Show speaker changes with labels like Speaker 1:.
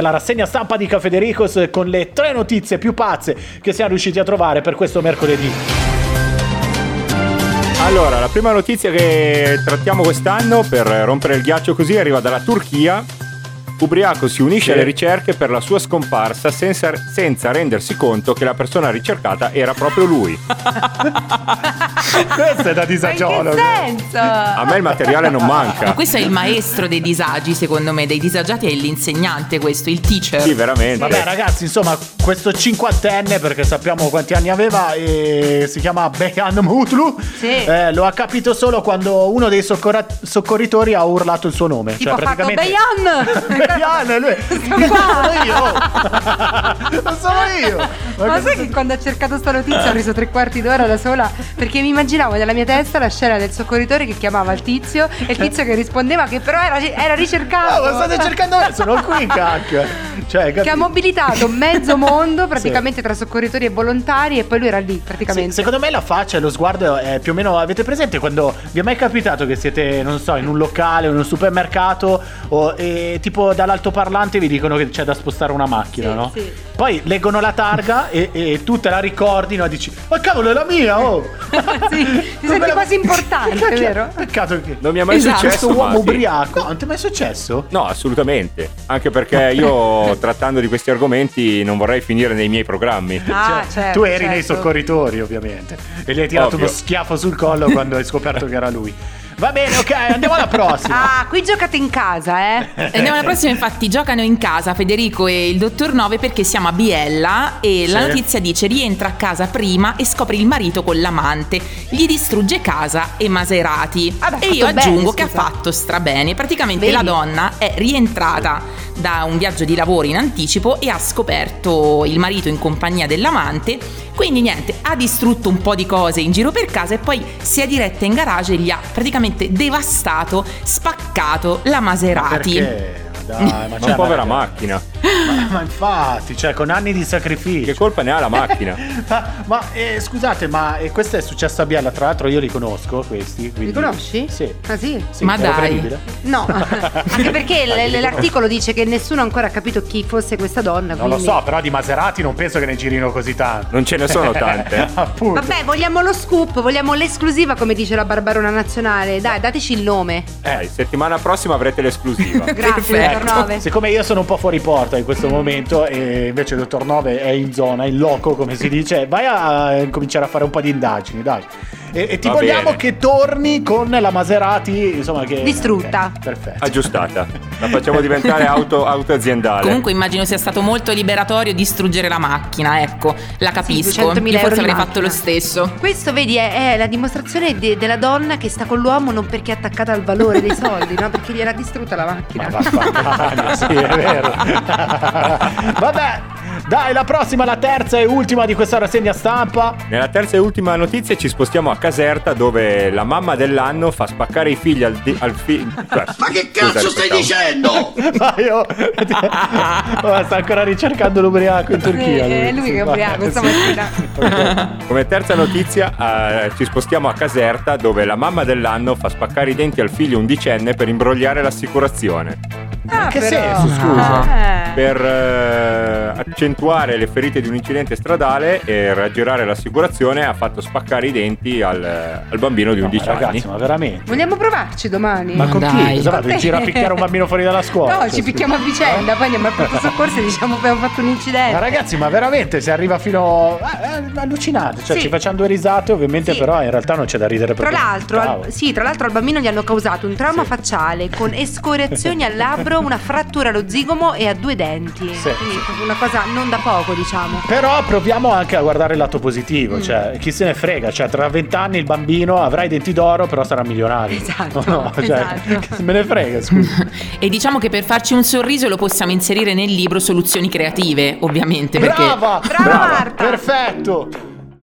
Speaker 1: La rassegna stampa di Cafedericos con le tre notizie più pazze che siamo riusciti a trovare per questo mercoledì.
Speaker 2: Allora, la prima notizia che trattiamo quest'anno per rompere il ghiaccio così arriva dalla Turchia. Ubriaco si unisce alle ricerche per la sua scomparsa senza, senza rendersi conto che la persona ricercata era proprio lui.
Speaker 1: Questo è da
Speaker 3: Ma in
Speaker 1: disagiologo.
Speaker 3: che senso?
Speaker 2: A me il materiale non manca.
Speaker 4: Questo è il maestro dei disagi, secondo me, dei disagiati è l'insegnante questo, il teacher.
Speaker 2: Sì, veramente.
Speaker 1: Vabbè ragazzi, insomma, questo cinquantenne, perché sappiamo quanti anni aveva, e si chiama Behan Mutlu,
Speaker 3: Sì.
Speaker 1: eh, lo ha capito solo quando uno dei soccora- soccorritori ha urlato il suo nome.
Speaker 3: Tipo ha fatto
Speaker 1: Behan,
Speaker 3: Beyan!
Speaker 1: e Cioè, lui...
Speaker 3: Sono qua.
Speaker 1: io! Lo sono io!
Speaker 3: Ma, sai che quando ho cercato sta
Speaker 1: Eh.
Speaker 3: notizia ho riso tre quarti d'ora da sola perché mi immaginavo nella mia testa la scena del soccorritore che chiamava il tizio e il tizio che rispondeva che però era, era
Speaker 1: Ah,
Speaker 3: ricercato.
Speaker 1: lo state cercando me? Sono qui, cacchio! Cioè,
Speaker 3: Che ha
Speaker 1: capito?
Speaker 3: mobilitato mezzo mondo praticamente tra soccorritori e volontari e poi lui era lì praticamente.
Speaker 1: Sì, secondo me la faccia e lo sguardo è più o meno. Avete presente quando vi è mai capitato che siete, non so, in un locale o in un supermercato o e, tipo dall'altoparlante vi dicono che c'è da spostare una macchina,
Speaker 3: Sì,
Speaker 1: no?
Speaker 3: sì.
Speaker 1: Poi leggono la targa e, e tu te la ricordi, no? Dici, ma cavolo, è la mia, oh!
Speaker 3: Sì, ti
Speaker 1: Come
Speaker 3: senti
Speaker 1: la-
Speaker 3: quasi importante,
Speaker 1: Cacchio,
Speaker 3: vero?
Speaker 1: Peccato che.
Speaker 2: Non mi è mai
Speaker 4: Esatto,
Speaker 2: successo.
Speaker 1: Questo uomo
Speaker 2: Mati.
Speaker 1: ubriaco. Non ti è mai successo?
Speaker 2: No, assolutamente. Anche perché io trattando di questi argomenti non vorrei finire nei miei programmi.
Speaker 3: Ah,
Speaker 1: Cioè,
Speaker 3: certo,
Speaker 1: tu eri nei
Speaker 3: certo.
Speaker 1: soccorritori, ovviamente. E gli hai tirato uno
Speaker 2: Ovvio.
Speaker 1: schiaffo sul collo quando hai scoperto che era lui. Va bene, ok, andiamo alla prossima.
Speaker 3: Ah, qui giocate in casa, eh.
Speaker 4: E Andiamo alla prossima, infatti giocano in casa Federico e il dottor Nove perché siamo a Biella e la
Speaker 1: Sì.
Speaker 4: notizia dice rientra a casa prima e scopre il marito con l'amante, gli distrugge casa e Maserati.
Speaker 3: Ah, beh, ha
Speaker 4: e io
Speaker 3: fatto
Speaker 4: aggiungo
Speaker 3: bene,
Speaker 4: che ha
Speaker 3: scusa.
Speaker 4: fatto strabene, praticamente
Speaker 3: Vedi?
Speaker 4: la donna è rientrata da un viaggio di lavoro in anticipo e ha scoperto il marito in compagnia dell'amante, quindi niente, ha distrutto un po' di cose in giro per casa e poi si è diretta in garage e li ha praticamente devastato, spaccato la
Speaker 1: Ma
Speaker 4: Maserati.
Speaker 1: Perché? Ma Dai, ma
Speaker 2: Ma
Speaker 1: cioè,
Speaker 2: una povera
Speaker 1: ma-
Speaker 2: macchina.
Speaker 1: Ma, ma infatti, cioè, con anni di sacrificio.
Speaker 2: Che colpa ne ha la macchina?
Speaker 1: ma ma, eh, scusate, ma eh, questo è successo a Biella, tra l'altro io li conosco questi.
Speaker 3: Li
Speaker 1: quindi-
Speaker 3: conosci?
Speaker 1: Sì.
Speaker 3: Ah sì?
Speaker 1: Sì,
Speaker 4: Ma
Speaker 1: è
Speaker 4: dai.
Speaker 1: credibile?
Speaker 3: No, anche perché l- l- l'articolo dice che nessuno ancora ha capito chi fosse questa donna.
Speaker 1: Non lo
Speaker 3: quindi-
Speaker 1: so, però di Maserati non penso che ne girino così tanto.
Speaker 2: Non ce ne sono tante.
Speaker 1: Appunto.
Speaker 3: Vabbè, vogliamo lo scoop, vogliamo l'esclusiva, come dice la Barbarona Nazionale. Dai, dateci il nome.
Speaker 2: Eh, settimana prossima avrete l'esclusiva.
Speaker 3: Grazie,
Speaker 4: Perfetto.
Speaker 3: dottor Nove.
Speaker 1: Ecco, Siccome io sono un po' fuori porta in questo momento e invece il dottor Nove è in zona, in loco come si dice, vai a eh, cominciare a fare un po' di indagini, dai. E, e ti
Speaker 2: Va
Speaker 1: vogliamo
Speaker 2: bene.
Speaker 1: che torni con la Maserati, insomma che...
Speaker 3: Distrutta.
Speaker 1: Ok, perfetto.
Speaker 2: Aggiustata. La facciamo diventare auto, auto aziendale.
Speaker 4: Comunque immagino sia stato molto liberatorio distruggere la macchina, ecco, la
Speaker 3: 200.000
Speaker 4: capisco. Io forse
Speaker 3: euro di
Speaker 4: avrei fatto
Speaker 3: macchina.
Speaker 4: lo stesso.
Speaker 3: Questo, vedi, è, è la dimostrazione de- della donna che sta con l'uomo non perché è attaccata al valore dei soldi, no? Perché gliel'ha distrutta la
Speaker 1: Ma
Speaker 3: macchina.
Speaker 1: vaffanculo, sì, è vero. Vabbè, dai, la prossima, la terza e ultima di questa rassegna stampa.
Speaker 2: Nella terza e ultima notizia ci spostiamo a Caserta dove la mamma dell'anno fa spaccare i figli al, di- al fi- cioè,
Speaker 5: Ma che
Speaker 2: scusa,
Speaker 5: cazzo stai
Speaker 2: aspetta.
Speaker 5: dicendo?
Speaker 1: Ma io... Oh, sta ancora ricercando l'ubriaco in Turchia.
Speaker 3: Sì, è lui che è ubriaco stamattina.
Speaker 1: stamattina.
Speaker 2: Come terza notizia eh, ci spostiamo a Caserta dove la mamma dell'anno fa spaccare i denti al figlio undicenne per imbrogliare l'assicurazione.
Speaker 3: Ah,
Speaker 1: che
Speaker 3: però.
Speaker 1: senso, scusa?
Speaker 3: Eh.
Speaker 2: Per eh, accentuare le ferite di un incidente stradale e raggirare l'assicurazione ha fatto spaccare i denti al, al bambino di 11 anni.
Speaker 1: Ragazzi, ma veramente.
Speaker 3: Vogliamo provarci domani?
Speaker 1: Ma con chi?
Speaker 4: dai.
Speaker 1: Cosa vado in giro a picchiare un bambino fuori dalla scuola?
Speaker 3: No, ci picchiamo a vicenda, poi andiamo al pronto soccorso e diciamo abbiamo fatto un
Speaker 1: Ma
Speaker 3: incidente.
Speaker 1: ragazzi, ma veramente se arriva fino. ah, ah, allucinante. Cioè,
Speaker 3: Sì.
Speaker 1: ci facciamo due risate, ovviamente,
Speaker 3: Sì.
Speaker 1: però in realtà non c'è da ridere
Speaker 3: Tra
Speaker 1: Cioè, proprio.
Speaker 3: l'altro, al-
Speaker 1: Cavolo.
Speaker 3: sì, tra l'altro al bambino gli hanno causato un trauma
Speaker 1: Sì.
Speaker 3: facciale con escoriazioni al labbro, una frattura allo zigomo e a due denti.
Speaker 1: Sì,
Speaker 3: Quindi una cosa non da poco, diciamo.
Speaker 1: Però proviamo anche a guardare il lato
Speaker 3: Mm.
Speaker 1: positivo, cioè chi se ne frega, cioè tra vent'anni il bambino avrà i denti d'oro però sarà milionario.
Speaker 3: Esatto,
Speaker 1: No, no, cioè,
Speaker 3: esatto.
Speaker 1: chi se me ne frega, scusa.
Speaker 4: E diciamo che per farci un sorriso lo possiamo inserire nel libro Soluzioni creative, ovviamente, perché
Speaker 1: Brava!
Speaker 3: Brava Marta!
Speaker 1: Perfetto!